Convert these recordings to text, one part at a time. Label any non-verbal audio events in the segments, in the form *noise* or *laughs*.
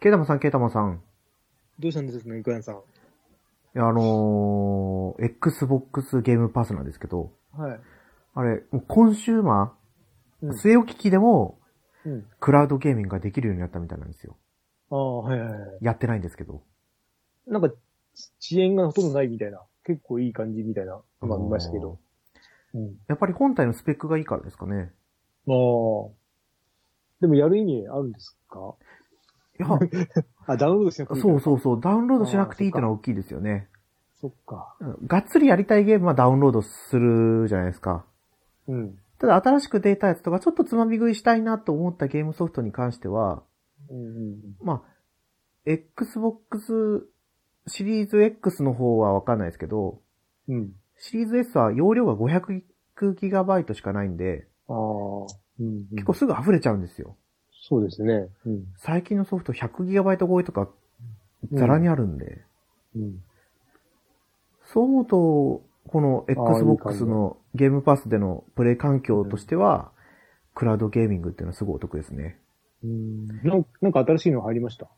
ケイタマンさん、ケイタマンさん。どうしたんですかね、イクランさん。いやあのー、Xbox ゲームパスなんですけど、はい。あれ、もうコンシューマー、うん据え置き機でも、うん。クラウドゲーミングができるようになったみたいなんですよ。ああ、はいはいはい。やってないんですけど。なんか、遅延がほとんどないみたいな、結構いい感じみたいな、まあ見ましたけど。うん。やっぱり本体のスペックがいいからですかね。ああ。でもやる意味あるんですかいや、あ、ダウンロードしなくていいそからうそうそう、ダウンロードしなくていいってのは大きいですよね。そっか。うんがっつりやりたいゲームはダウンロードするじゃないですか。うん。ただ新しく出たやつとか、ちょっとつまみ食いしたいなと思ったゲームソフトに関しては、うんうんまあ、Xbox シリーズ X の方はわかんないですけど、うん。うん。シリーズ S は容量が 500GB しかないんで、ああ。うん、うん。結構すぐ溢れちゃうんですよ。そうですね。うん。最近のソフト 100GB 超えとか、ザラにあるんで、うん。そう思うと、このああいい感 Xbox じのゲームパスでのプレイ環境としては、クラウドゲーミングっていうのはすごいお得ですね。うん。なんなんか新しいの入りました。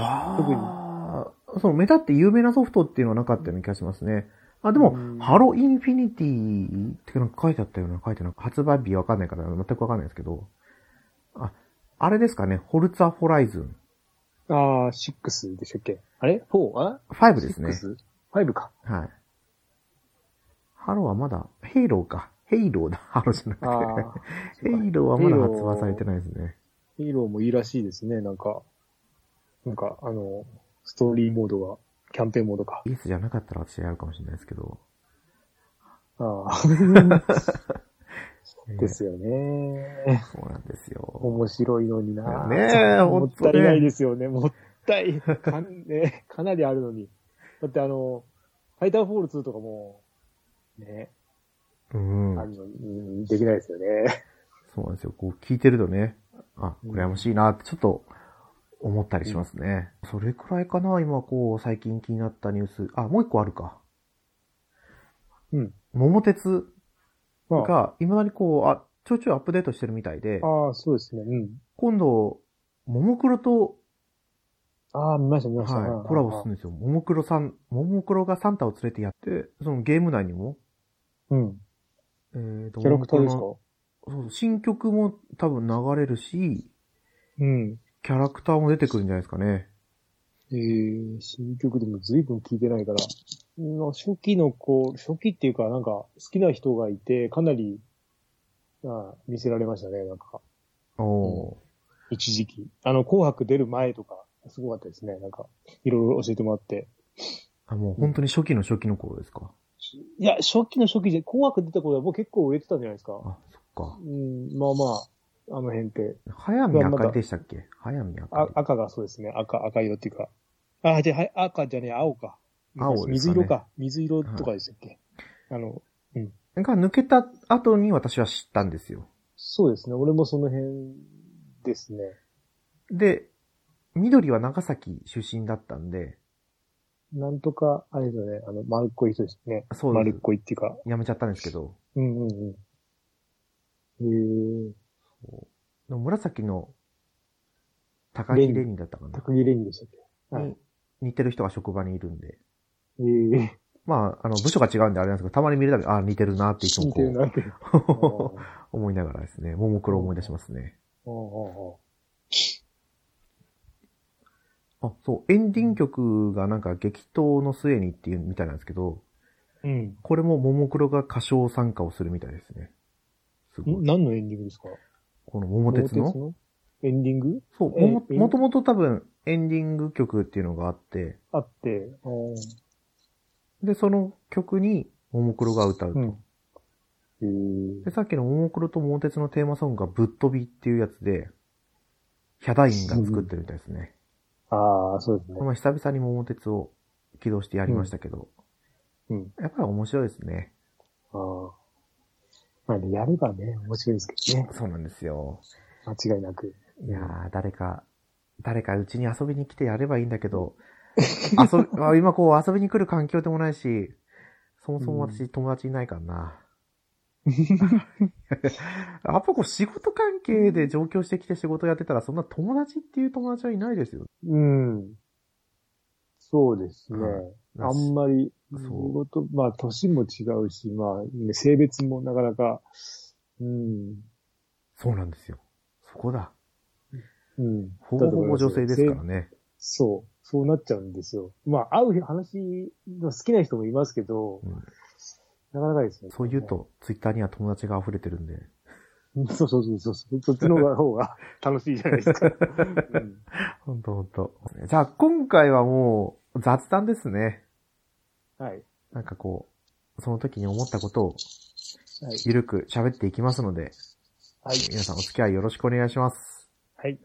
はあ。その目立って有名なソフトっていうのはなかったような気がしますね。あ、でも、うんハロインフィニティってなんか書いてあったような、書いてなんか発売日わかんないから全くわかんないですけど。あ、あれですかね、ホルツァホライズンああ、6でしたっけあれ ?4? あ5ですね。 6 ?5 か。はい。ハローはまだ、ヘイローか。ヘイローだ。 *laughs* ハローじゃなああく。て。 *laughs* ヘイローはまだ発売されてないですね。ヒーローもいいらしいですね、なんか。なんか、あの、ストーリーモードが、キャンペーンモードか。イエスじゃなかったら私やるかもしれないですけど。ああ、ええですよね。そうなんですよ。面白いのにな。ねえもほんっとねたいないですよね、もったい。かんね、かなりあるのに。だってあの、ファイターフォール2とかも、ね、うん。あるのに、うんできないですよね。そうなんですよ。こう聞いてるとね、あ、うん羨ましいなってちょっと思ったりしますね。それくらいかな、今こう最近気になったニュース。あ、もう一個あるか。うん。桃鉄まあ、が未だにこう、あ、ちょいちょいアップデートしてるみたいで、ああ、そうですね。うん。今度、ももクロと、ああ、見ました、見ました。はい、コラボするんですよ。ももクロさん、ももクロがサンタを連れてやって、そのゲーム内にも、うん。えーとキャラクターですかももクロのそう新曲も多分流れるし、うん。キャラクターも出てくるんじゃないですかね。えー、新曲でも随分聴いてないから、うん初期の子、初期っていうか、なんか、好きな人がいて、かなり、あ見せられましたね、なんか、おー。一時期。あの、紅白出る前とか、すごかったですね、なんか、いろいろ教えてもらって。あ、もう本当に初期の初期の頃ですか。いや、初期の初期で、紅白出た頃はもう結構売れてたんじゃないですか。あ、そっうん、まあまあ、あの辺って、か。早見あかりでしたっけ早見ああか赤がそうですね、赤、赤色っていうか。あ、じゃあはい、赤じゃねえ、青か。青ですかね水色か。水色とかでしたっけ、あの、り。が抜けた後に私は知ったんですよ。そうですね。俺もその辺ですね。で、緑は長崎出身だったんで、なんとか、あれですよね。あの、丸っこい人ですね。そうで丸すっ。こいっていうか。やめちゃったんですけど、うんうんうん。へえ。でも紫の高木レニだったか高木レニでしたっけな。はいに。似てる人が職場にいるんで。へえ。まあ、あの、部署が違うんであれなんですけど、たまに見るたび、あ似てるなっていつも似てるなって。こう、 *laughs* 思いながらですね、ももクロを思い出しますね。あああ、そう、エンディング曲がなんか激闘の末にっていうみたいなんですけど、うん。これもももクロが歌唱参加をするみたいですね。すごんい。何のエンディングですかこの桃鉄の桃エンディングそう、えーもも、えーもともと多分エンディング曲っていうのがあって、あって。ああで、その曲にももクロが歌うと。うん。へえ。で、さっきのももクロと桃鉄のテーマソングがぶっ飛びっていうやつで、ヒャダインが作ってるみたいですね。ああ、そうですねこの。前久々に桃鉄を起動してやりましたけど、うん。やっぱり面白いですね。ああ。まあね、やればね、面白いですけどね。そうなんですよ。間違いなく。いやー、誰か、誰かうちに遊びに来てやればいいんだけど、遊び、 *laughs* あ今こう遊びに来る環境でもないし、そもそも私友達いないからな。 *laughs* やっぱこう仕事関係で上京してきて仕事やってたら、そんな友達っていう友達はいないですよ。うん。そうですね。うんあんまり、そう仕事、まあ、年も違うし、まあ、ね性別もなかなか、うん、そうなんですよ。そこだ。うん。ほぼほぼ女性ですからせね。そう。そうなっちゃうんですよ。まあ、会う話の好きな人もいますけど、うんなかなかですね。そう言うと、ツイッターには友達が溢れてるんで。うん。そうそうそうそうそう。そっちの方が方が楽しいじゃない *laughs* ですか。うんほんとほんと。じゃあ今回はもう雑談ですね。はい。なんかこう、その時に思ったことをはい。ゆるく喋っていきますので、はい。皆さんお付き合いよろしくお願いします。はい。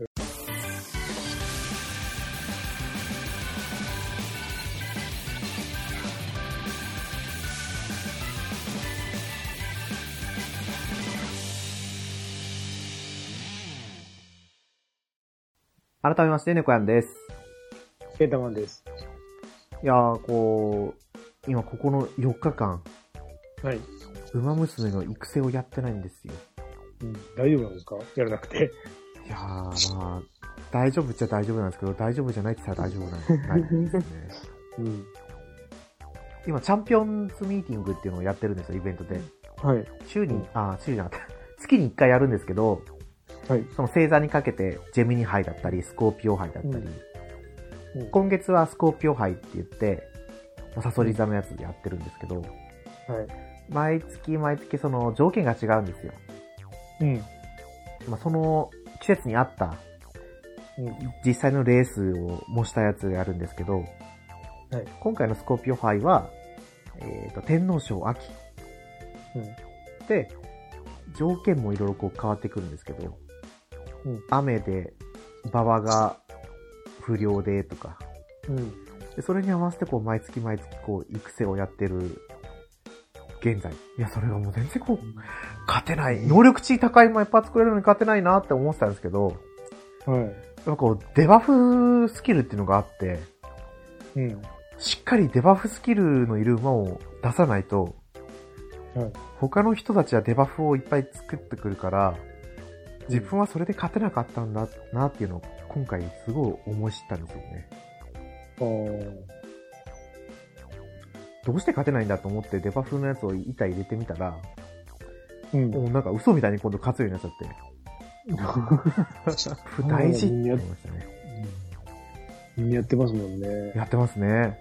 改めまして、猫やんです。ケータマンです。いやー、こう、今ここの4日間、はい。ウマ娘の育成をやってないんですよ。うん大丈夫なんですかやらなくて。いやー、まあ、大丈夫っちゃ大丈夫なんですけど、大丈夫じゃないって言ったら大丈夫なんないですね。うん。今、チャンピオンズミーティングっていうのをやってるんですよ、イベントで。はい。週に、あ、週じゃなかった。月に1回やるんですけど、はい。その星座にかけて、ジェミニ杯だったり、スコーピオ杯だったり、うんうん今月はスコーピオ杯って言って、おサソリ座のやつやってるんですけど、はい。毎月毎月その条件が違うんですよ。うん。まあ、その季節に合ったうん。実際のレースを模したやつがあるんですけど、はい今回のスコーピオ杯は、えっ、と、天皇賞秋うん。で、条件もいろいろこう変わってくるんですけど、うん雨で、馬場が不良でとか、うん。でそれに合わせてこう毎月毎月こう育成をやってる現在。いや、それがもう全然こう、勝てない。能力値高いもんいっぱい作れるのに勝てないなって思ってたんですけど、はやっぱこう、デバフスキルっていうのがあって、い。うん。しっかりデバフスキルのいる馬を出さないと、はい他の人たちはデバフをいっぱい作ってくるから、自分はそれで勝てなかったんだなっていうのを今回すごい思い知ったんですよね。あーどうして勝てないんだと思ってデバフのやつを板入れてみたら、うん。もうなんか嘘みたいに今度勝つようになっちゃって、不大事って思いましたね。みんなやってますもんね。やってますね。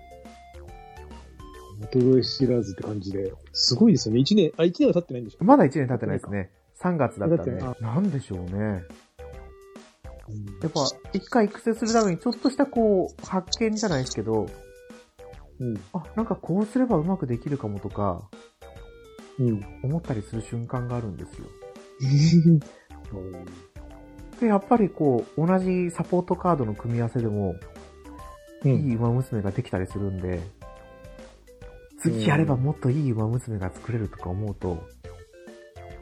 元越知らずって感じで。すごいですよね。一年、あ、一年は経ってないんでしょまだ1年経ってないですね。3月だったんでだっ。なんでしょうね。うんやっぱ、一回育成するためにちょっとしたこう、発見じゃないですけど、うん。あ、なんかこうすればうまくできるかもとか、うん。思ったりする瞬間があるんですよ。うんで、やっぱりこう、同じサポートカードの組み合わせでも、ういん。い馬娘ができたりするんで、次やればもっといい馬娘が作れるとか思うと、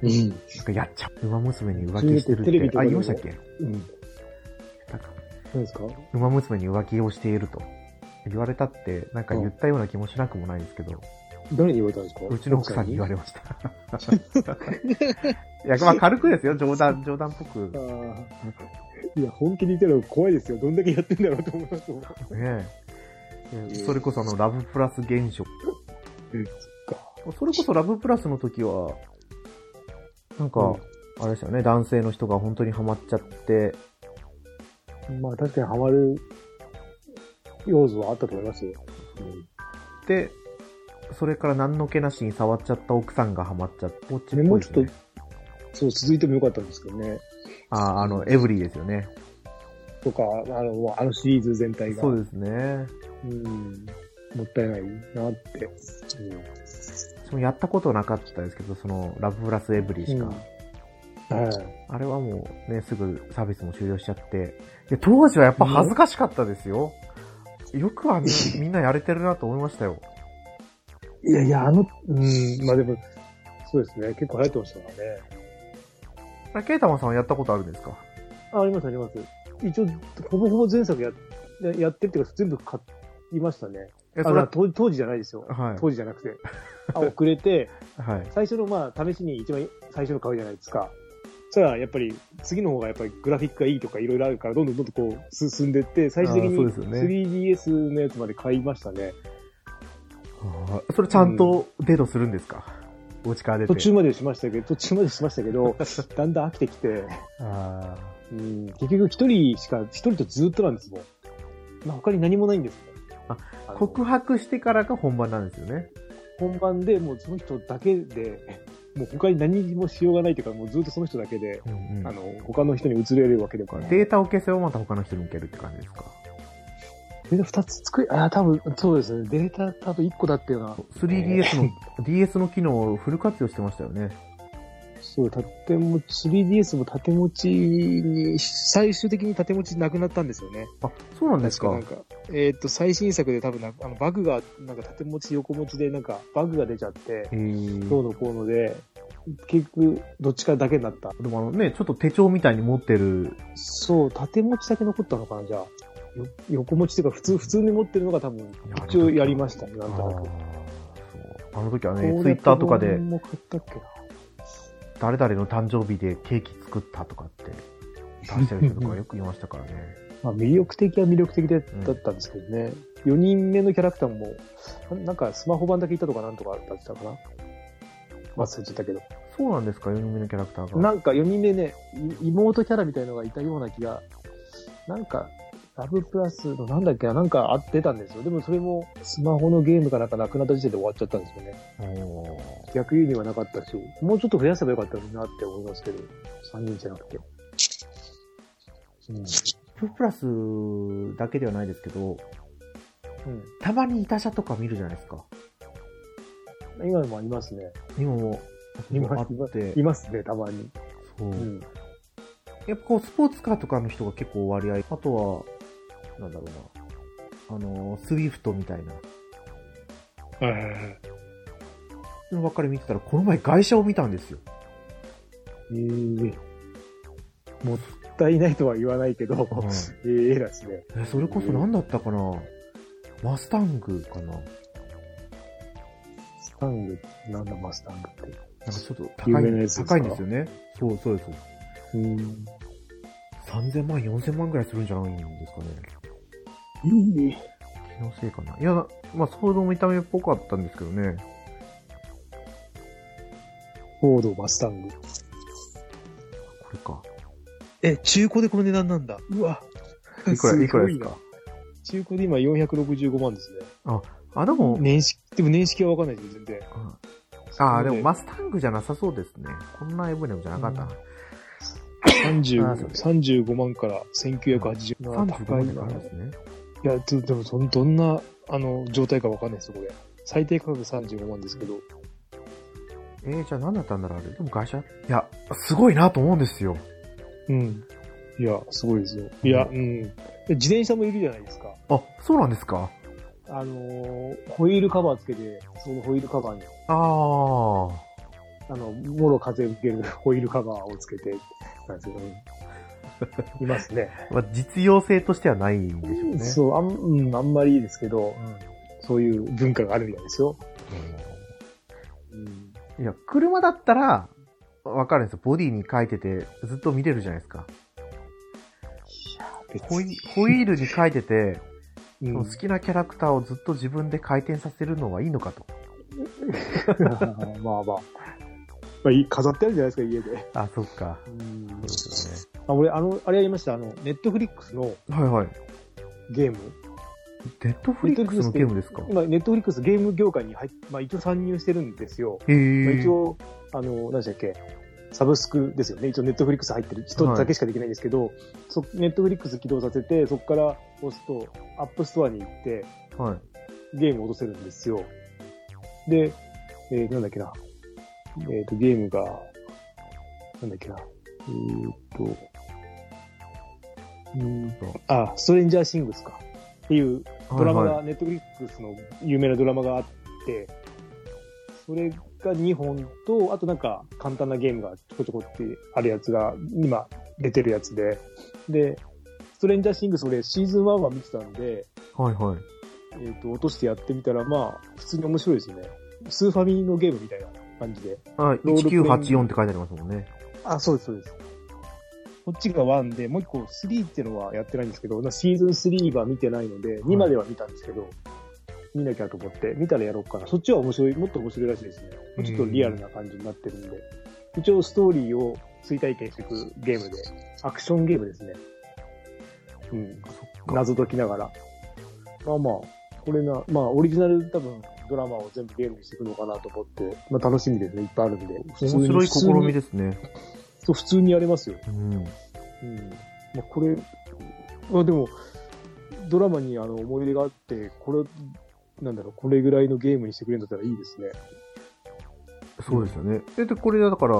うん。なんかやっちゃう。馬娘に浮気してるテレビって。とかあ、言でいもましたっけうん。なんか、何ですか馬娘に浮気をしていると。言われたって、なんか言ったような気もしなくもないですけど、誰に言われたんですかうちの奥さんに言われれました。いや、まあ軽くですよ、冗談、冗談っぽく。ねいや、本気で言ったら怖いですよ。どんだけやってんだろうと思いますもん。えいやそれこそあの、ラブプラス現象。うんそれこそラブプラスの時は、なんか、あれですよね、男性の人が本当にハマっちゃって、まあ確かにハマる要素はあったと思いますよ。で、それから何の気なしに触っちゃった奥さんがハマっちゃって、こっちっぽいですねもうちょっとそう、続いてもよかったんですけどね。ああ、あの、エブリーですよね。とか、あの、あのシリーズ全体が。そうですね。うん。もったいないなって。そのやったことなかったですけど、その、ラブプラスエブリーしか。うんはい。あれはもうね、すぐサービスも終了しちゃって。いや、当時はやっぱ恥ずかしかったですよ。よくはみみんなやれてるなと思いましたよ。いやいや、あの、うん、まあでも、そうですね。結構流行ってましたからね。あれケイタマンさんはやったことあるんですかあ、ありますあります。一応、ほぼほぼ前作ややってっていうか、全部買いましたね。え、それあだからは、当当時じゃないですよ。はい当時じゃなくて。あ、遅れて、はい。最初のまあ、試しに一番最初の買うじゃないですか。そしたら、やっぱり、次の方がやっぱりグラフィックがいいとかいろいろあるから、どんどんどんどんこう、進んでって、最終的あにーそうですよね 3DS のやつまで買いましたね。あーそれちゃんとデートするんですか、お家から出て。途中までしましたけど、途中までしました *laughs* けど、だんだん飽きてきて、あうん、結局一人しか、一人とずっとなんですもん。まあ、他に何もないんですああーの告白してからが本番なんですよね。本番でもうその人だけで、もう他に何もしようがないというか、もうずっとその人だけで、うんうんあの、他の人に移れるわけだから。データを消せばまた他の人に向けるって感じですか。データ二つ作り、ああ、多分、そうですね。データ多分一個だったよな。 3DS の、DS の機能をフル活用してましたよね。そう、縦持ち、3DS も縦持ちに、最終的に縦持ちなくなったんですよね。あ、そうなんです確か。かなんか、えーっと、最新作で多分な、あの、バグが、なんか縦持ち、横持ちで、なんか、バグが出ちゃって、へーどうのこうので、結局、どっちかだけになった。でもあのね、ちょっと手帳みたいに持ってる、そう、縦持ちだけ残ったのかな、じゃあ。よ横持ちっていうか、普通、普通に持ってるのが多分、一応やりましたね、あなんとなーく。そうあの時はね、ツイッターとかで、も買ったっけな。誰々の誕生日でケーキ作ったとかって、出してる人 *laughs* とかよくいましたからね。まあ、魅力的は魅力的でんだったんですけどね、4人目のキャラクターも、ななんかスマホ版だけいたとかなんとかだったかな。忘れちゃったけど。そうなんですか、4人目のキャラクターが。なんか4人目ね、い妹キャラみたいのがいたような気が、なんか、ラブプラスのなんだっけな、なんかあってたんですよ。でもそれもスマホのゲームかなんかなくなった時点で終わっちゃったんですよね。おー逆輸入はなかったし、もうちょっと増やせばよかったのになって思いますけど、3人じゃなくて。うん。ププラスだけではないですけど、うんたまにいた車とか見るじゃないですか。今もいますね。今も、今あってい、ますね、たまに。そう。うん。やっぱこう、スポーツカーとかの人が結構割合、あとは、なんだろうな、あの、スウィフトみたいな、そういえうのばっかり見てたら、この前外車を見たんですよ。えもったいないとは言わないけど、うんええですね。えそれこそ何だったかな、マスタングかななんかスタング、なんだマスタングって。ちょっと有高い名なやつですか高いんですよね。そうそうです。うん。 3000万、4000万ぐらいするんじゃないんですかね。いい気のせいかな。いや、まあ、想像見た目っぽかったんですけどね。フォードマスタング。これか。え、中古でこの値段なんだ。うわ。いくら、いくらですごかな中古で今465万ですね。あ、でも、年式、でも年式はわかんないですよ、全然。うんああ、でもま、マスタングじゃなさそうですね。こんなエブレムじゃなかったな。あそう30です35万から1980万。 35高い円かなら。ですね。いや、ちょでもそん、どんな、あの、状態かわかんないですよ、これ。最低価格35万ですけど。えー、じゃあ何だったんだろうあれ。でも会社いや、すごいなと思うんですよ。うん。いや、すごいですよ。いや、うん。で自転車もいるじゃないですか。あ、そうなんですかあのーホイールカバーつけて、そのホイールカバーに、ああ。あの、もろ風受けるホイールカバーをつけて、なんですけど、 *laughs* いますね。まあ、実用性としてはないんでしょうね。そう、あん、うん、あんまりいいですけど、うんそういう文化があるみたいですよ。うん。うんいや、車だったら、わかるんですよ。ボディに書いてて、ずっと見れるじゃないですか。ホイホイールに書いてて、うそのん好、きなキャラクターをずっと自分で回転させるのはいいのかと。 *laughs* まあまあ。まあ、いい飾ってあるじゃないですか、家で。あ、そっか。うんそうですあ俺、あの、あれやりました、あの、ネットフリックスのよね。はいはい。ゲーム。ネットフリックスのゲームですか今、ネットフリックスゲーム業界に入っまあ一応参入してるんですよ。へまあ、え。一応、あの、何でしたっけ、サブスクですよね。一応、ネットフリックス入ってる人だけしかできないんですけど、そネットフリックス起動させて、そこから押すと、アップストアに行って、はい。ゲームを落とせるんですよ。で、えー、なんだっけな。えっ、と、ゲームが、なんだっけな。えーっ、と、うーんと、あ、ストレンジャーシングスか。っていうドラマはいはが、ネットフリックスの有名なドラマがあって、それが2本と、あとなんか簡単なゲームがちょこちょこってあるやつが、今出てるやつで、で、ストレンジャーシングス俺シーズン1は見てたんで、い。はいはい。えっ、と、落としてやってみたら、まあ、普通に面白いですよね。スーファミのゲームみたいな感じで。あ、ロールプレイング1984って書いてありますもんね。あ、そうです、そうです。こっちが1で、もう一個3ってのはやってないんですけど、なシーズン3は見てないので、2までは見たんですけど、見なきゃと思って、見たらやろうかな。そっちは面白い、もっと面白いらしいですね。もうちょっとリアルな感じになってるんで。一応ストーリーを追体験していくゲームで、アクションゲームですね。うん。謎解きながら。まあまあ、これな、まあオリジナル多分ドラマを全部ゲームにしていくのかなと思って、まあ楽しみですね。いっぱいあるんで。面面白い試みですね。そう、普通にやれますよ。うん。うん。まあ、これ、まあでも、ドラマにあの思い入れがあって、これ、なんだろう、これぐらいのゲームにしてくれるんだったらいいですね。そうですよね。で、でこれだから、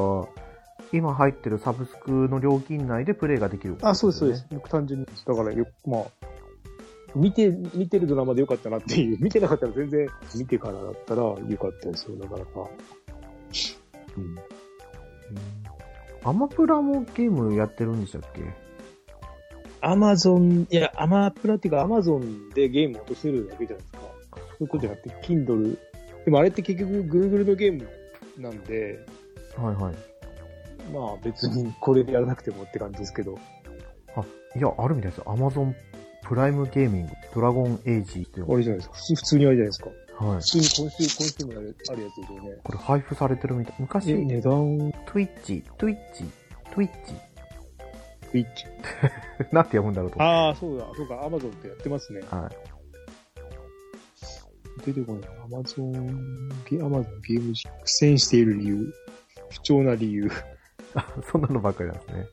今入ってるサブスクの料金内でプレイができる、あ、そうです、そうです。。僕単純に、だからよ、まあ、見て、見てるドラマでよかったなっていう、見 *laughs* てなかったら全然、見てからだったらよかったですよ、なかなか。うん。アマプラもゲームやってるんでしたっけアマゾン、いや、アマプラっていうか、アマゾンでゲームを落とせるだけじゃないですか。そういうことじゃなくて、Kindle。でもあれって結局 Google のゲームなんで、はいはい。まあ別にこれでやらなくてもって感じですけど。いや、あるみたいですよ。アマゾンプライムゲーミング、ドラゴンエイジっていうあれじゃないですか。普通普通にあれじゃないですか。の。はい普。通に今週、今週もやるあるやつですよね。これ配布されてるみたい。昔、え、値段、 Twitch、Twitch、Twitch *laughs* ウィッチ。なんて読むんだろうと思っああ、そうだ。そうか、アマゾンってやってますね。て。はい。出てこない。アマゾン、ゲアマゾンゲーム実苦戦している理由。不調な理由。あそんなのばっかりなんですね。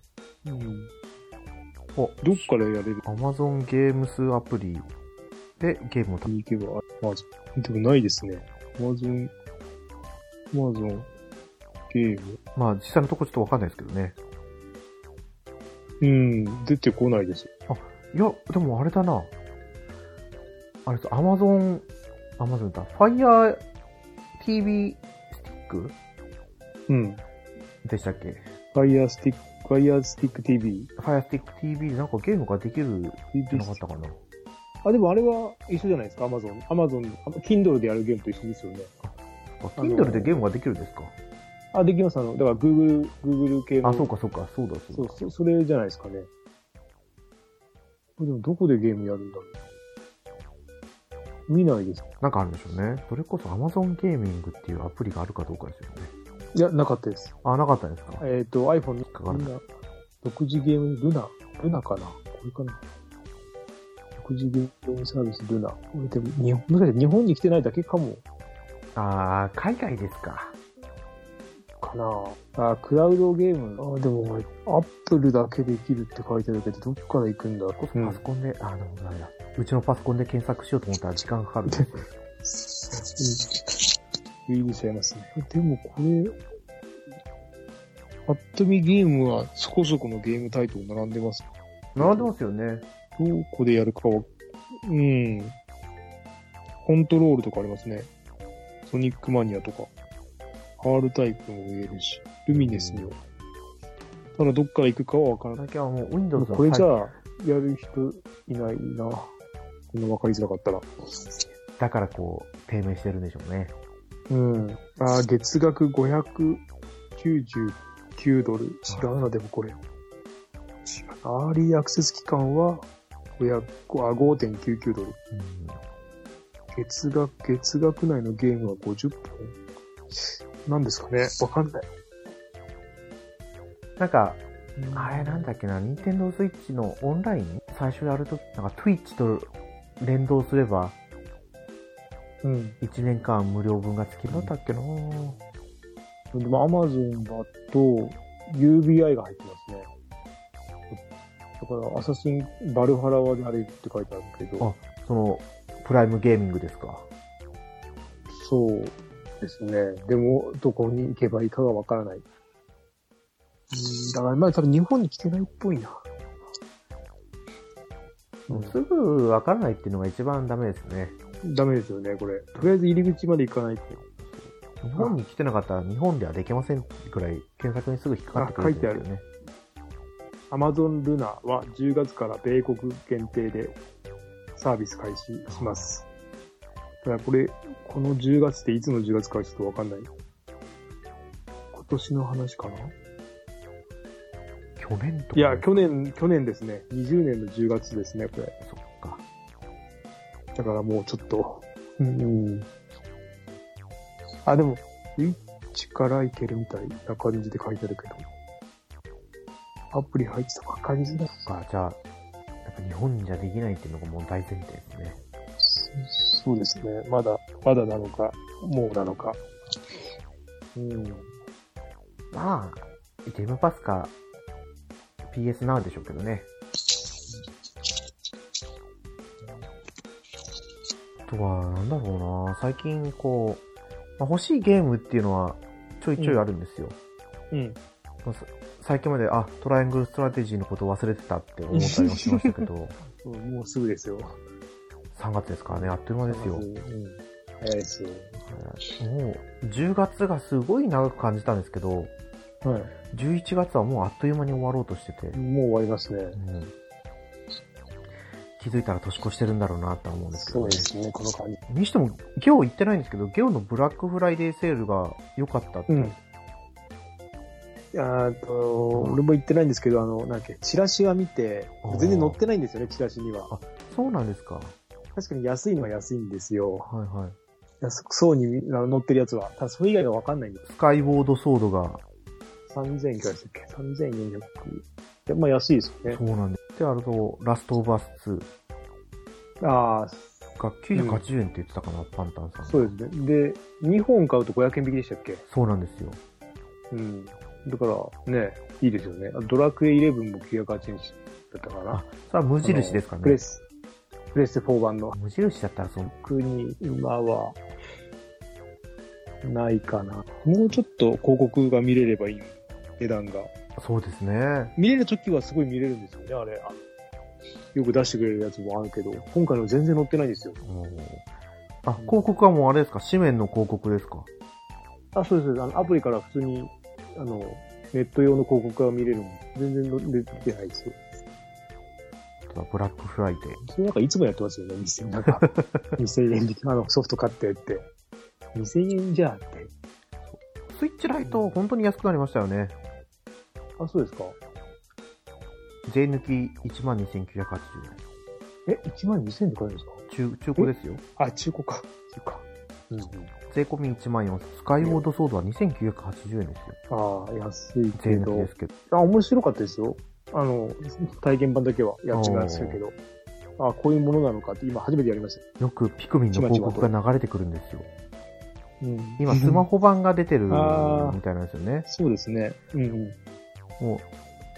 うん。お、どっからやれる Amazon ゲームスアプリでゲームをに行けば、アマゾン。でもないですね。アマゾン、アマゾン、ゲーム。まあ実際のとこちょっとわかんないですけどね。うん、出てこないです。いや、でもあれだな。あれです、Amazon、Amazon だ。Fire TV スティックうん。でしたっけファイヤースティック、ファイヤースティック TV。 ?Fire Stick TV でなんかゲームができるんじゃなかったかな。あ、でもあれは一緒じゃないですか、アマゾン。アマゾン、Kindle でやるゲームと一緒ですよね。あ、Kindle でゲームができるんですかあ、できます。あの、だから Google、Google 系の。あ、そうかそうか、そうだそそううだ。そ、それじゃないですかね。これでもどこでゲームやるんだろう。見ないです。なんかあるんでしょうね。それこそ Amazon ゲーミングっていうアプリがあるかどうかですよね。いや、なかったです。あ、なかったですかえっ、と、iPhone にかからないみんな独自ゲーム、ルナ。ルナかなこれかな独自ゲームサービス、ルナ。これでも、日本、もしかして日本に来てないだけかも。あー、海外ですか。かなあ、クラウドゲーム。あ、でも俺、アップルだけできるって書いてあるけど、どっから行くんだこそパソコンで、あ、でもダメだ。うちのパソコンで検索しようと思ったら時間かかるん *laughs* ですよ。うん。許しちゃいますね。でもこれ、ぱっと見ゲームはそこそこのゲームタイトル並んでます。並んでますよね。どこでやるかは、うん。コントロールとかありますね。ソニックマニアとか。R タイプも見えるし、ルミネスも。ただどっから行くかはわからない。最近はもう Windows のこれじゃあサイ、やる人いないな。こんな分かりづらかったら。トだからこう、低迷してるんでしょうね。うん。あー月額599ドル。違うな、でもこれ。違う。アーリーアクセス期間は500あ5.99ドル。うん。月額、月額内のゲームは50本。なんですかねわかんない。なんか、あれなんだっけな、Nintendo Switch のオンライン最初やるとき、なんか Twitch と連動すれば、うん。 1年間無料分がつきもだったっけな、でも Amazon だと UBI が入ってますね。だから、アサシン、バルハラはやれるって書いてあるけど。あその、プライムゲーミングですか。そうですね。でも、どこに行けばいいかがわからない。うん、だから、まあ、多分日本に来てないっぽいな。うんすぐわからないっていうのが一番ダメですね。ダメですよね、これ。とりあえず入り口まで行かないと。日本に来てなかったら日本ではできませんくらい検索にすぐ引っかかってくるんですよね。 Amazon Luna は10月から米国限定でサービス開始します。ただこれ、この10月っていつの10月かはちょっとわかんない。今年の話かな去年とか、いや、去年、去年ですね。20年の10月ですね、これ。そっか。だからもうちょっと、うん、うん。あ、でも、ウィッチからいけるみたいな感じで書いてあるけど。アプリ入ってたばっかりだ。そっか、じゃあ、やっぱ日本じゃできないっていうのがもう大前提ですね。そそうですね。まだ、まだなのか、もうなのか。うん。まあ、ゲームパスか PS なんでしょうけどね。あとは、なんだろうな最近こう、まあ欲しいゲームっていうのはちょいちょいあるんですよ。うん。まあさ最近まで、あ、トライアングルストラテジーのこと忘れてたって思ったりもしましたけど、 *laughs* もうすぐですよ。 3月ですからね、あっという間ですよ。うん。早いですよ。もう、10月がすごい長く感じたんですけど、はい。 11月はもうあっという間に終わろうとしてて、もう終わりますね。うん気づいたら年越してるんだろうなとは思うんですけそどうねで。すね、この感じ。にしても、ゲオ行ってないんですけど、ゲオのブラックフライデーセールが良かったって。うん。あと、俺も言ってないんですけど、あの、なんだっけ、チラシは見てあー、全然載ってないんですよね、チラシには。そうなんですか。は確かに安いのは安いんですよ。いはい。安くそうにあの載ってるやつは。ただ、それ以外がわかんないんです。スカイボードソードが、 3000いくらでしたっけ ?3400。でまあ安いですよねそ。うなんです。で、あれと、ラストオブアス2ああ、が980円って言ってたかな、パンタンさん。そうですね。で、2本買うと500円引きでしたっけそうなんですよ。うん。だから、ね、いいですよね。あドラクエ11も980円だったかあな。それは無印ですかプレね。ス、プレステ4版の。無印だったら、その、特に今は、ないかな。もうちょっと広告が見れればいい。値段が。そうですね。見れるときはすごい見れるんですよね、あれ。あのよく出してくれるやつもあるけど、今回の全然載ってないんですよ。もうあ、広告はもうあれですか紙面の広告ですかあ、そうですそうです。あの、アプリから普通に、あの、ネット用の広告が見れるの。全然出てないですよ。ブラックフライデー。それなんかいつもやってますよね、2000円。なん *laughs* か、2000円で、あの、ソフト買ってって。2000円じゃあって。スイッチライト、本当に安くなりましたよね。あ、そうですか。税抜き12,980円。え、1万2000円で買えるんですか中、中古ですよ。あ、中古か。中古か。うん、税込み1万4スカイウォードソードは2,980円ですよ。ああ、安い税け抜きどで。すけど。あ、面白かったですよ。あの、体験版だけは、家賃がするけど。あこういうものなのかって、今初めてやりました。よくピクミンの広告が流れてくるんですよ。うん今、スマホ。ホ版が出てるみあーたいなんですよね。そうですね。うん、うん。も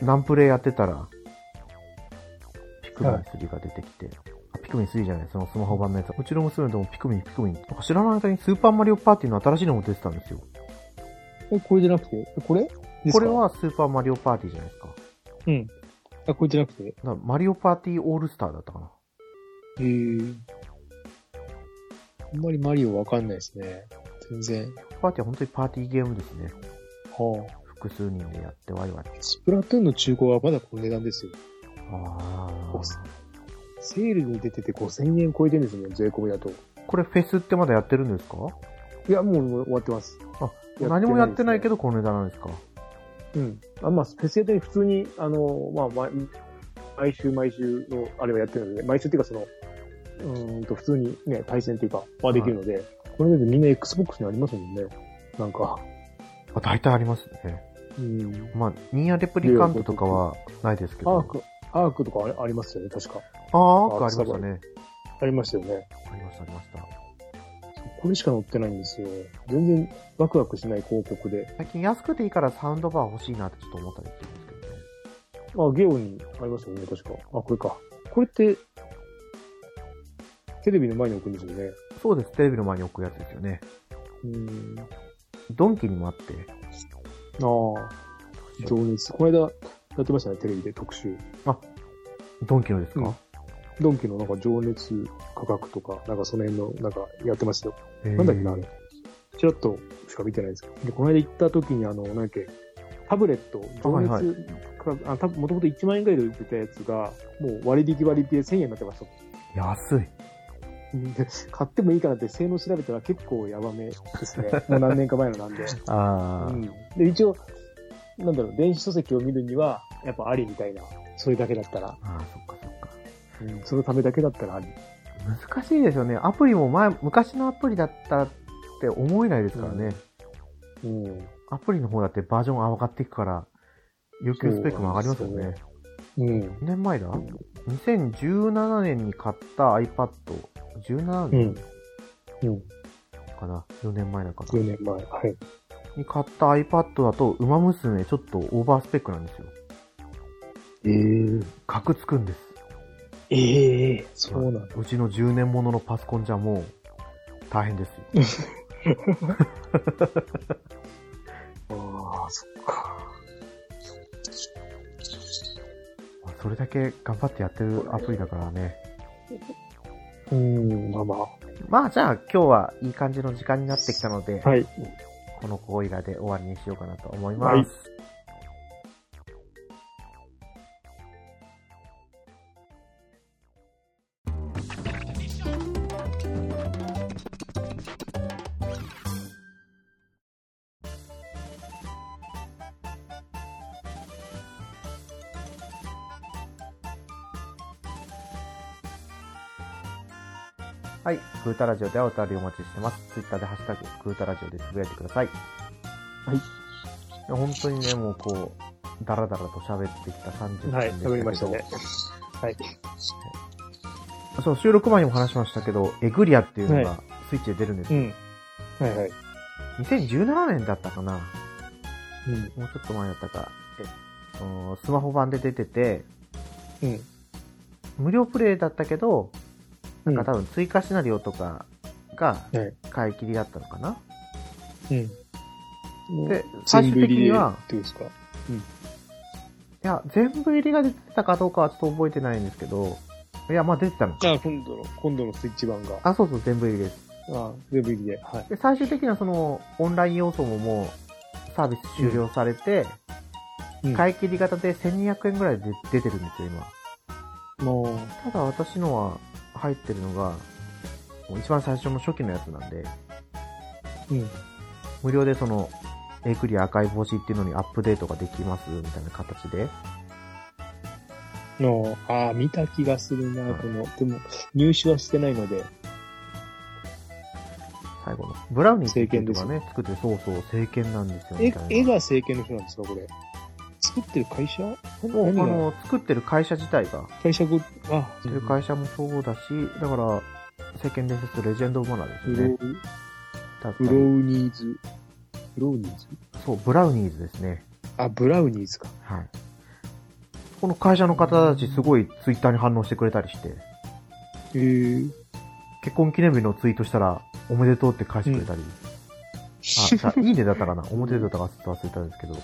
う、何プレイやってたら、ピクミン3が出てきて、あピクミン3じゃない、そのスマホ版のやつ。うちの娘でもピクミン、ピクミン。なんか知らない間にスーパーマリオパーティーの新しいのも出てたんですよ。え、これじゃなくてこれですかこれはスーパーマリオパーティーじゃないですか。だかうん。あ、これじゃなくてへらマリオパーティーオールスターだったかな。え。あんまりマリオわかんないですね。全然。パーティーは本当にパーティーゲームですね。はあ。複数人でやってワイワイ。スプラトゥーンの中古はまだこの値段ですよ。あセールに出てて5000円超えてるんですよね、税込みだと。これフェスってまだやってるんですかいや、もうもう終わってます。あ何もやってないけど。どこの値段なんですかうん。あまあ、フェスやったり普通に、あの、まあ、毎毎週毎週の、あれはやってるので、毎週っていうかその、うーんと、普通にね、対戦っていうか、はできるので、これでみんな Xbox にありますもんね。なんか、あ、大体ありますね。うん。まあ、ニーヤレプリカントとかはないですけアーど。ク、アークとかあれありますよね、確か。ああ、アークアあーりクましたね。ありましたよね。ありました、ありました。これしか載ってないんですよ。全然ワクワクしない広告で。最近安くていいからサウンドバー欲しいなってちょっと思ったりするんですけどね。あ、ゲオにありますよね、確か。あ、これか。これって、テレビの前に置くんですよね。そうです、テレビの前に置くやつですよね。うん。あドンキにもあって。あ、情熱。この間、やってましたね、テレビで特集。ドンキのですか、うんドンキのなんか情熱価格とか、なんかその辺の、なんかやってましたよ。えーなんだっけな、あれ。ちらっとしか見てないですけど。で、この間行った時に、あの、なんだっけ、タブレット、情熱あはい価格、あ、たもともと1万円ぐらいで売ってたやつが、もう割引割引で1000円になってました。安い。うんで買ってもいいかなって性能調べたら結構やばめですね。もう何年か前のなん *laughs* で。あうーん、で一応、なんだろう、電子書籍を見るには、やっぱありみたいな。それだけだったら。あー、そっかそっか。うん、そのためだけだったらあり。難しいですよね。アプリも前、昔のアプリだったって思えないですからね。うん。アプリの方だってバージョンが上がっていくから、要求スペックも上がりますよね。うん。何年前だ ?2017 年に買った iPad。17う年ん。うん。かな、?4 年前だから。 10年前。はい。に買った iPad だと、ウマ娘ちょっとオーバースペックなんですよ。えー、カクつくんです。ええそうなんだ。うちの10年もののパソコンじゃもう、大変ですよ。ああ、そっか。まあそれだけ頑張ってやってるアプリだからね。うん、まあまあ。まあじゃあ今日はいい感じの時間になってきたので、はい。この行為がで終わりにしようかなと思います。はいはい。グータラジオではお便りお待ちしてます。ツイッターでハッシュタグ、グータラジオでつぶやいてください。いはい。や本当にね、もうこう、ダラダラと喋ってきた感じはい、喋りましたね。はい。そう、収録前にも話しましたけど、エグリアっていうのはがスイッチで出るんですうよ、ん。はいはい。 2017年だったかなうん。もうちょっと前だったか。えうんスマホ版で出てて、うん。無料プレイだったけど、うんなんか多分追加シナリオとかがはい買い切りだったのかな、うん。で、最終的には、全部入りでってことですかいや、全部入りが出てたかどうかはちょっと覚えてないんですけど、いや、まあ出てたのか。あ、今度の、今度のスイッチ版が。ああ、そうそう、全部入りです。あ、全部入りで。はい。で、最終的にはその、オンライン要素ももう、サービス終了されて、うん買い切り型で1200円ぐらいで出てるんですよ、今。もう、ただ私のは入ってるのが、もう一番最初の初期のやつなんで、うん。無料でその、エクリア赤い星っていうのにアップデートができます、みたいな形で。の、ああ、見た気がするな、この。でも、入手はしてないので。最後の。ブラウニーっていう人がね、作ってる、そうそう、聖剣なんですよ、えみたい、な。絵が政権の人なんですか、これ。作ってる会社もう、あ何がの、作ってる会社自体が、会社ご、あ、作ってる会社もそうだし、だから、聖剣伝説とレジェンドオブマナーですブよロね。ウ、だったブりロウニーズ。ブロウニーズそう、ブラウニーズですね。あ、ブラウニーズか。はい。この会社の方たち、すごいツイッターに反応してくれたりして、へえ。結婚記念日のツイートしたら、おめでとうって返してくれたり、あ、じゃあ *laughs* いいねだったかな、おめでとうだったか忘れたんですけど、へ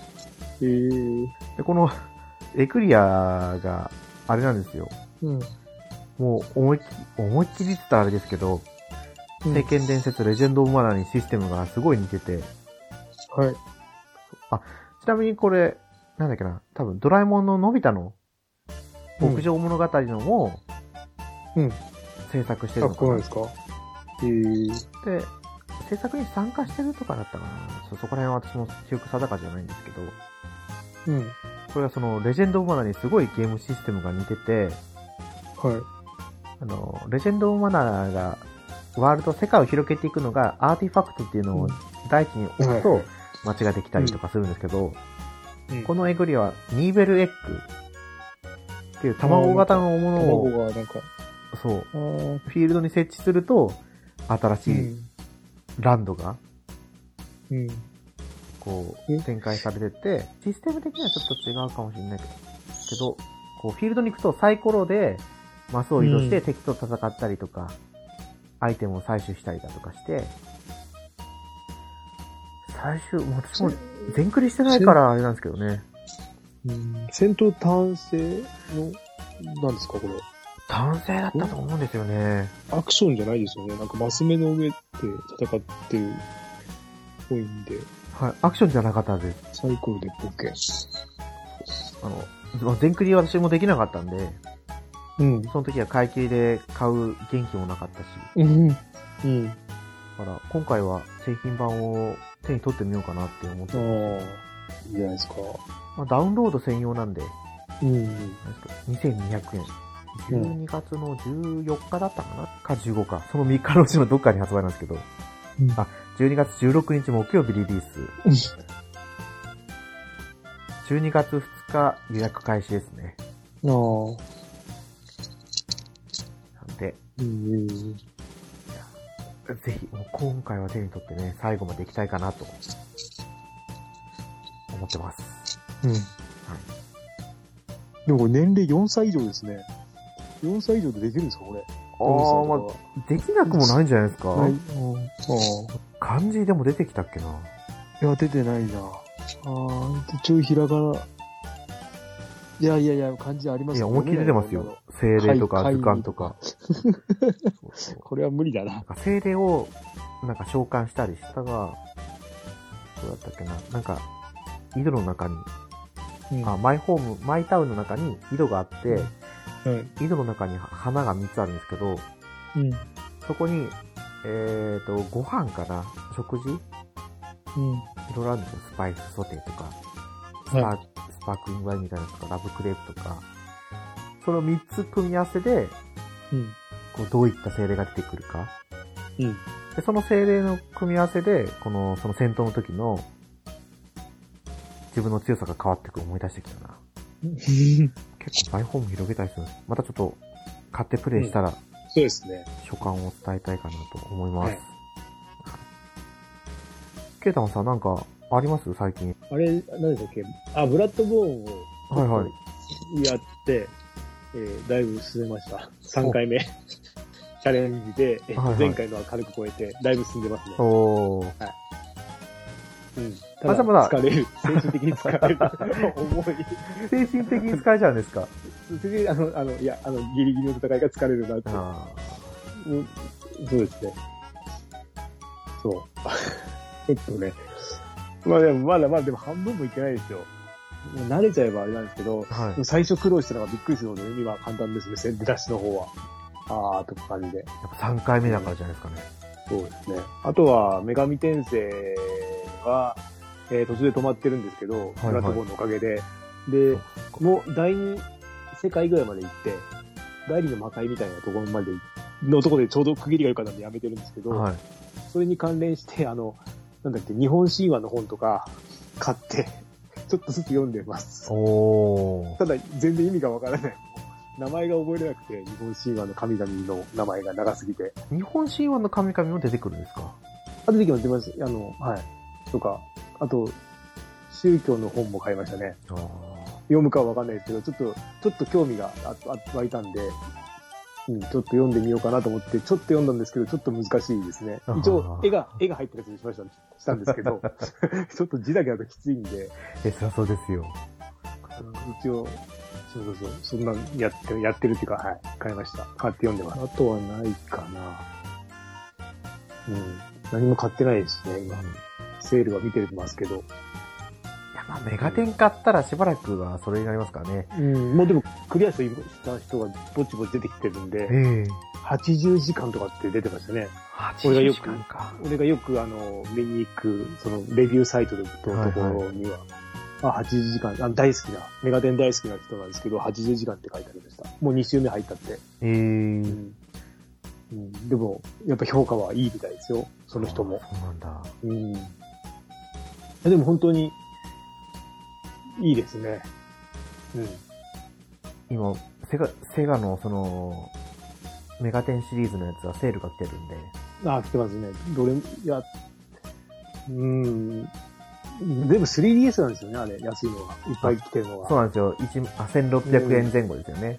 え。で、この、 *laughs* エクリアが、あれなんですよ。うん。もう、思いっきり、思いっきりって言ったらあれですけど、聖剣伝説、レジェンド・オブ・マナーにシステムがすごい似てて、はい。ちなみにこれ、なんだっけな、多分ドラえもんののび太の牧場物語のも、うん制作してあ、るのかこうななんですかへえ。で、制作に参加してるとかだったかなちょっとそこら辺は私も記憶定かじゃないんですけど、うん。これがその、レジェンド・オブ・マナーにすごいゲームシステムが似てて、はい。あの、レジェンド・オブ・マナーが、ワールド、世界を広げていくのが、アーティファクトっていうのを大地に置くうんとはい、街ができたりとかするんですけど、うんこのエグリアは、ニーベルエッグっていう卵型のもの卵を、がなんか、そう、あーフィールドに設置すると、新しういん。ランドが、うん。こえう、展開されてて、システム的にはちょっと違うかもしれないけど、こう、フィールドに行くとサイコロで、マスを移動しうてん敵と戦ったりとか、アイテムを採取したりだとかして、最終、もう私も全クリしてないからあれなんですけどね。うん戦闘単性の、なんですか、これ。男性だったと思うんですよね。アクションじゃないですよね。なんかマス目の上で戦ってるっぽいんで、はい。アクションじゃなかったです。サイコロでボケ。あの、全クリ私もできなかったんで、うん。その時は会計で買う元気もなかったし、うん。うん。だから今回は製品版を手に取ってみようかなって思ってああます、いいじゃないですか。まあ、ダウンロード専用なんで、うん。なんですけど2200円。う12月の14日だったかなか15か。その3日のうちのどっかに発売なんですけど。うんあ、12月16日木曜日リリース。12月2日予約開始ですね。ああ。なんで、うん。ぜひ、もう今回は手に取ってね、最後まで行きたいかなと、思ってます。うん。でもこれ年齢4歳以上ですね。4歳以上でできるんですかこれ。あー、まあ、できなくもないんじゃないですか、はい。あ漢字でも出てきたっけなあ。いや、出てないな。ああ、ちょいひらがな。いやいやいや、漢字ありますいや、ね思いっきり出てますよ。。精霊とか貝図鑑と *laughs* か。そうそうこれは無理だな。なんか精霊を、なんか召喚したりしたが、どうだったっけななんか、井戸の中に、うんあ、マイホーム、マイタウンの中に井戸があって、はい。井戸の中に花が3つあるんですけど、うん。そこに、えーと、ご飯かな食事いうん。ろいろあるんですよ。スパイスソテーとか、スパ,、はスパークリングワインみたいなのとか、ラブクレープとか、その3つ組み合わせで、い。うん。こうどういった精霊が出てくるか。うん。で、その精霊の組み合わせで、この、その戦闘の時の、自分の強さが変わってくる思い出してきたな。 *laughs* 結構マイホーム広げたりするんです。またちょっと、買ってプレイしたら、そうですね。所感を伝えたいかなと思います。ははいい、ケイタマンさんなんか、あります最近。あれ、何でしたっけあ、ブラッドボーンをはいはい。やって、えーだいぶ進めました。3回目。チャレンジで、えっとはいはい前回のは軽く超えて、だいぶ進んでますね。おー。うん。まだまだ疲れ *laughs* る。精神的に疲れる。 *laughs* 重い。精神的に疲れちゃうんですか全然あの、あの、いや、あの、ギリギリの戦いが疲れるなって。あうんそうですね。そう。 *laughs* 結構ね。まあでも、まだまだでも半分もいってないですよ。もう慣れちゃえばあれなんですけど、ー。はい。やっ最初苦労したのがびっくりするほどね、今は簡単ですね、先手出しの方は。あーとか感じで。ぱ3回目だからじゃないですかね。そうですね。あとは、女神転生は、えー途中で止まってるんですけど、いはいプラットフォームのおかげで。で、もう第二世界ぐらいまで行って、第二の魔界みたいなところまで、のところでちょうど区切りが良かったんでやめてるんですけど、はい。それに関連して、あの、なんだっけ、日本神話の本とか買って、ちょっとずつ読んでます。おー。ただ、全然意味がわからない。名前が覚えれなくて、日本神話の神々の名前が長すぎて。日本神話の神々も出てくるんですかあ、出てきます、出てきます。あの、はい。とか、あと、宗教の本も買いましたね。あー読むかはわかんないですけど、ちょっと、ちょっと興味がああ湧いたんで、うん、ちょっと読んでみようかなと思って、ちょっと読んだんですけど、ちょっと難しいですねあ。ー一応、絵が、絵が入ったやつにしました、したんですけ *laughs* ど、ちょっと字だけだときついんで、え、そりゃそうですよ。うん一応、そうそうそう、そんなんやって、やってるっていうか、はい、買いました。買って読んでます。あとはないかな。うん、何も買ってないですね、うんい今。セールは見てますけど。や、まあ、メガテン買ったらしばらくはそれになりますからね。うん、もうでも、クリアした人がぼちぼち出てきてるんで、ええ80時間とかって出てましたね。八俺が80よ時く間か。俺がよくあの、見に行く、その、レビューサイトのところには、あ、80時間、あの大好きな、メガテン大好きな人なんですけど、80時間って書いてありました。もう2週目入ったって。ええうん。うん、でも、やっぱ評価はいいみたいですよ。その人も。そうなんだ。うん。でも本当に、いいですね。うん。今、セガ、セガのその、メガテンシリーズのやつはセールが来てるんで、あ、来てますね。どれも、いや、うーん。全部 3DS なんですよね、あれ、安いのが。いっぱい来てるのそうが。なんですよ。一あ、1600円前後ですよね。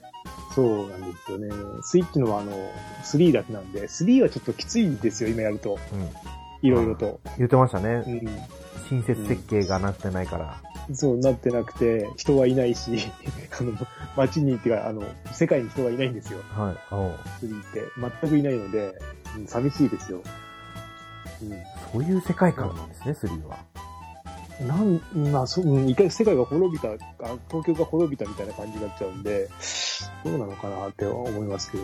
そうなんですよね。スイッチのは、あの、3だけなんで、3はちょっときついんですよ、今やると。うん。いろいろと。言ってましたねう。ん。親切設計がなってないから。そうなってなくて、人はいないし、 *laughs* あの、街に、っていうか、あの、世界に人がいないんですよ、はい。おう3って。全くいないので、うん寂しいですよ。うん。そういう世界観なんですね、3は。なん、まあ、そう、うん一回世界が滅びた、あ東京が滅びたみたいな感じになっちゃうんで、どうなのかなって思いますけど。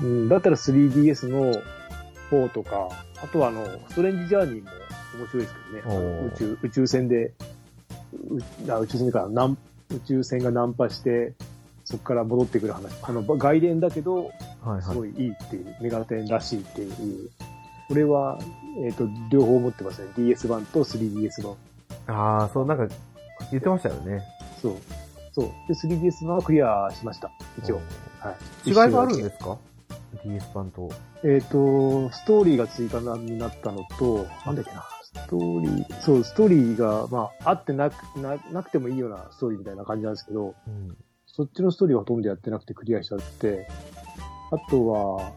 うん、だったら 3DS の4とか、あとはあの、ストレンジジャーニーも面白いですけどねお。ー宇宙、宇宙船で、うあ宇宙船から、なん宇宙船がナンパして、そこから戻ってくる話。あの、ば外伝だけど、はいすはい。ごいいいっていう、メガテンらしいっていう。これは、えっ、と、両方持ってますね。DS 版と 3DS 版。ああ、そう、なんか、言ってましたよね。そう。そう。で、3DS 版はクリアしました。一応。はい。違いがあるん一周でだすか ?DS 版と。けえっ、と、ストーリーが追加になったのと、なんだっけな。ストーリー、そう、ストーリーが、まあ、あってなく、な、なくてもいいようなストーリーみたいな感じなんですけど、うん。そっちのストーリーはほとんどやってなくてクリアしちゃって、あとは、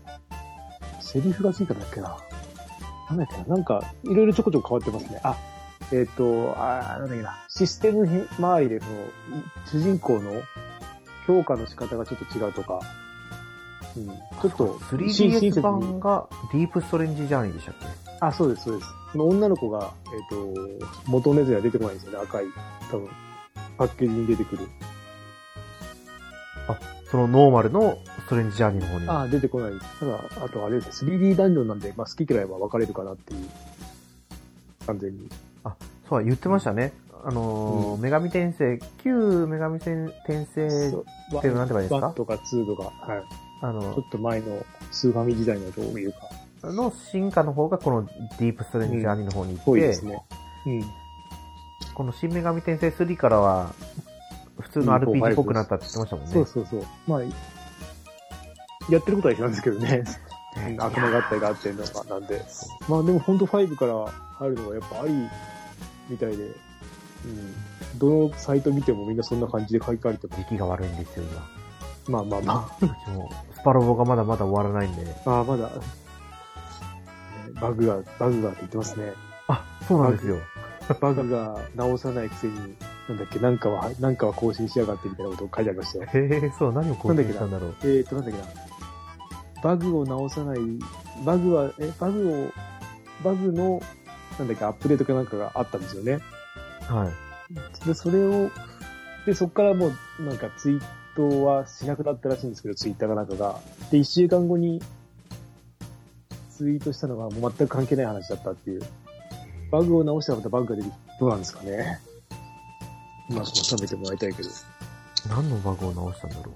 セリフがついたんだっけな。なんだっけな、なんか、いろいろちょこちょこ変わってますね。あ、えっ、と、あーなんだっけな、システムへ周りで、その、主人公の強化の仕方がちょっと違うとか、うん、ちょっと、親切に 3DS 版がディープストレンジジャーニーでしたっけあ、そうです、そうです。その女の子が、えっ、と、元のやつには出てこないんですよね、赤い。多分、パッケージに出てくる。そのノーマルのストレンジジャーニーの方に。ああ、出てこない。ただ、あとあれですね、3D ダンジョンなんで、まあ、好き嫌いは分かれるかなっていう。完全に。そう、言ってましたね。あのー女神転生、旧女神転生そうっていうのなんて言えばいいですか1とか2とか、はい。あちょの、っと前のスーファミ時代のどういうか、の進化の方がこのディープストレンジジャーニーの方に行っ多いて、ですね。うん。この新女神転生3からは、普通のうん RPG っぽくなったって言ってましたもんね。そうそうそう。まあ、やってることは一緒なんですけどね。うん悪魔合体があってんのか、なんで。まあでも本当5から入るのはやっぱありみたいで、うん。どのサイト見てもみんなそんな感じで書いてあると時期が悪いんですよ、まあまあまあ。今。 *laughs* うちもスパロボがまだまだ終わらないんで。ああ、まだ、ねバグが、バグがって言ってますね。あ、そうなんですよ。バグが直さないくせに、なんだっけ、なんかは、なんかは更新しやがってみたいなことを書いてありましたよ。へえ、そう、何を更新したんだろう。えーと、なんだっけな。バグを直さない、バグは、え、バグを、バグの、なんだっけ、アップデートかなんかがあったんですよね。はい。で、それを、で、そこからもう、なんかツイートはしなくなったらしいんですけど、ツイッターかなんかが。で、一週間後に、ツイートしたのがもう全く関係ない話だったっていう。バグを直したらまたバグが出てきて、どうなんですかね。う *laughs* まく収めてもらいたいけど。何のバグを直したんだろ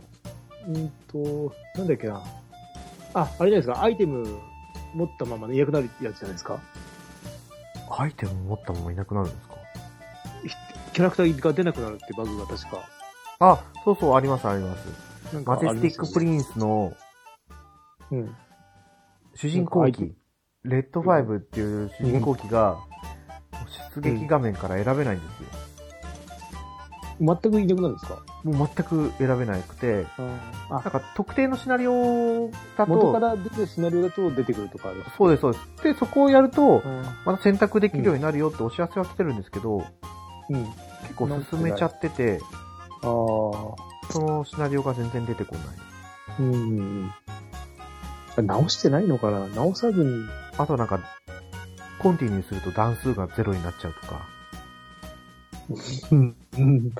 う。うんと、なんだっけな。あ、あれじゃないですか、アイテム持ったままいなくなるやつじゃないですか。アイテム持ったままいなくなるんですかキャラクターが出なくなるってバグが確か。あ、そうそう、あります、あります。なんかマあジりまェすよねスティックプリンスのうん。主人公なん機、レッドファイブっていう主人公機が、出撃画面から選べないんですよ。全くいなくなるんですかもう全く選べなくて、あなんか特定のシナリオだ元と、から出てるシナリオだと出てくるとかある。そうでです、そうです。で、そこをやるとす。、また選択できるようになるよってお知らせは来てるんですけど、うん。あ結構進めちゃってて、あ。そのシナリオが全然出てこない。うん。直してないのかな直さずに。あとなんか、コンティニューすると段数がゼロになっちゃうとか、うん。うん。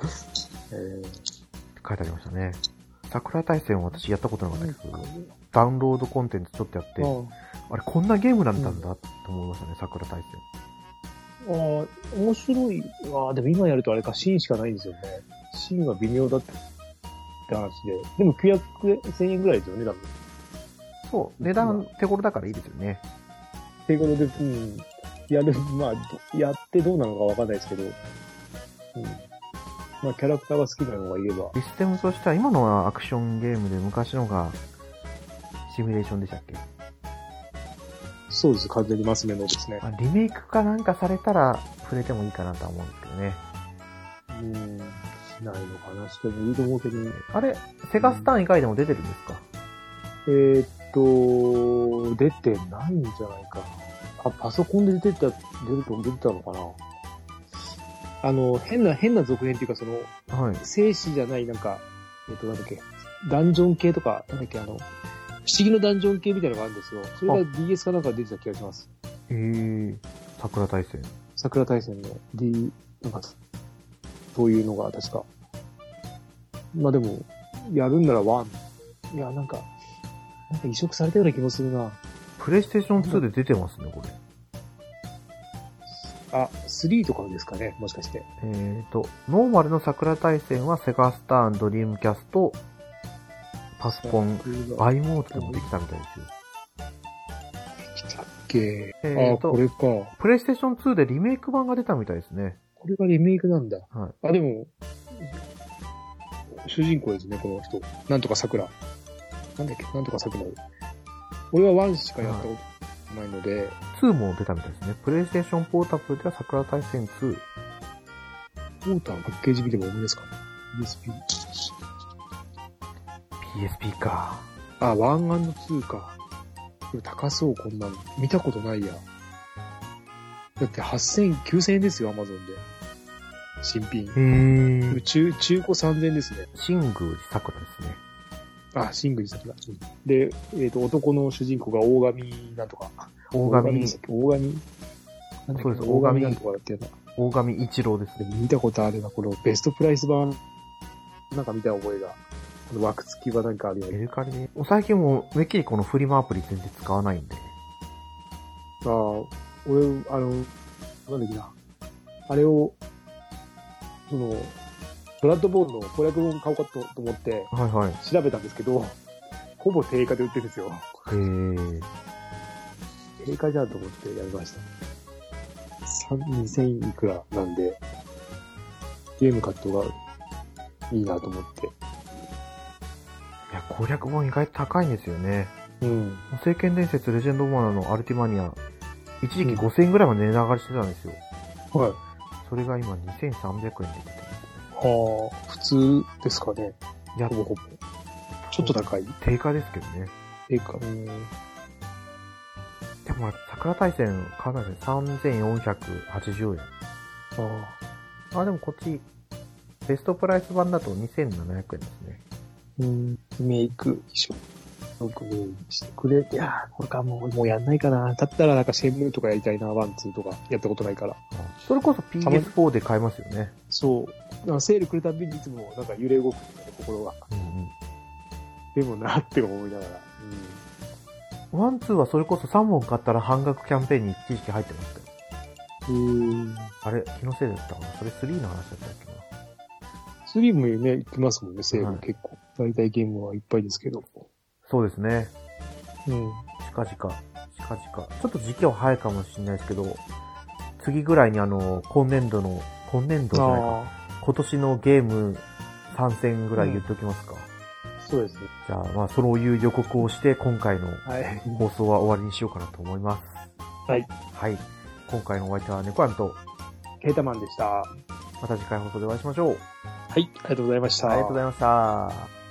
えー書いてありましたね。桜大戦は私やったことなかったけど、ダウンロードコンテンツちょっとやって、あれこんなゲームなんだんだと思いましたね、桜大戦。ああ、面白い。ああ、でも今やるとあれか、シーンしかないんですよね。シーンは微妙だってって話で。でも900円、1000円ぐらいですよね、多分。そう、値段手頃だからいいですよね。手頃で、うん。やる、まあど、やってどうなのかわかんないですけど。うん。まあ、キャラクターが好きなのがいれば。システムとしては今のはアクションゲームで昔のがシミュレーションでしたっけそうです、完全にマス目のですね。まあリメイクかなんかされたら触れてもいいかなとは思うんですけどね。うん、しないのかな、してもいいと思うけどね。あれ、セガスターン以外でも出てるんですかえーっと、出てないんじゃないかな。あ、パソコンで出てた、出ると出てたのかな。あの、変な、変な続編っていうか、その、はい。生死じゃない、なんか、えーっと、なんだっけ、ダンジョン系とか、なんだっけ、あの、不思議のダンジョン系みたいなのがあるんですよ。それが DS かなんかで出てた気がします。えー、桜大戦。桜大戦の D、なんか、そういうのが確か。まあでも、やるんならワン。いや、なんか、なんか移植されたような気もするな。プレイステーション2で出てますね、これ。あ、3とかですかね、もしかして。えーと、ノーマルの桜大戦はセガスターン、ドリームキャスト、パソコン、あ、バイモードでもできたみたいですよ。来たっけ。えあーあ、とこれか。こプレイステーション2でリメイク版が出たみたいですね。れがリメイクなんだ。はい。あ、でも、主人公ですね、この人。なんとか桜。なんだっけ、なんとか桜。俺はワンしかやったことないので、 2も出たみたいですね。プレイステーションポータブルでは桜大戦2。ポーターのパッケージ見ても思い出すか ?PSP。 PSP か。あ、ワンアンドツーか。これ高そう、こんなの。見たことないや。だって8000、9000円ですよ、アマゾンで。新品。へー。中、中古3000円ですね。シング桜ですね。あ、シングル桜。うんで、えっ、と、男の主人公が大神なんとか。大で神し、たっけ大神なんだっけそうです大大神神なんとかだってな。大神一郎ですでね。も見たことあるな、このベストプライス版、なんか見た覚えが。この枠付きはなんかあるよメね。ルカリね。もう最近もうめっきりこのフリマアプリ全然使わないんで。ああ、俺、あの、なんだっけな。あれを、その、ブラッドボーンの攻略本買おうかとと思ってはいはい。へ調べたんですけど、ほぼ定価で売ってるんですよ。ー。定価じゃんと思ってやりました。三2000いくらなんで、ゲームカットがいいなと思って。いや、攻略本意外と高いんですよね。うん。聖剣伝説レジェンドオブマナーのアルティマニア、一時期うん5000円ぐらいまで値上がりしてたんですよ。はい。それが今2300円で出てます。はあ、普通ですかね。いやほ、ぼほぼ。ちょっと高い。定価ですけどね。ええか。うん。でもほら、桜大戦かなり3480円。ああ。あ、でもこっち、ベストプライス版だと2700円ですね。うん。メイク、衣装。よくね、してくれて。いやーこれかもう、もうやんないかな。だったらなんかシェンムーとかやりたいな、ワン、ツーとか。やったことないから。それこそ PS4 で買えますよね。そう。なんかセールくれたびにいつもなんか揺れ動くんだよね、心が。うんでもなって思いながら。うん。ワン、ツーはそれこそ3本買ったら半額キャンペーンに一時期入ってましたよ。うん。うん。あれ、気のせいだったかなそれ3の話だったっけな。スリムね、行きますもんね、セーはルい結構。大体ゲームはいっぱいですけど。そうですね。うん。近々、近々。ちょっと時期は早いかもしれないですけど、次ぐらいにあの、今年度の、今年度じゃないか。あ今年のゲーム参戦ぐらい言っておきますか。あ、そうですね。じゃあ、まあ、そういう予告をして、今回のはい。放送は終わりにしようかなと思います。はい。はい。今回のお相手はネコアンと、ケータマンでした。はまた次回放送でお会いしましょう。い、ありがとうございました。ありがとうございました。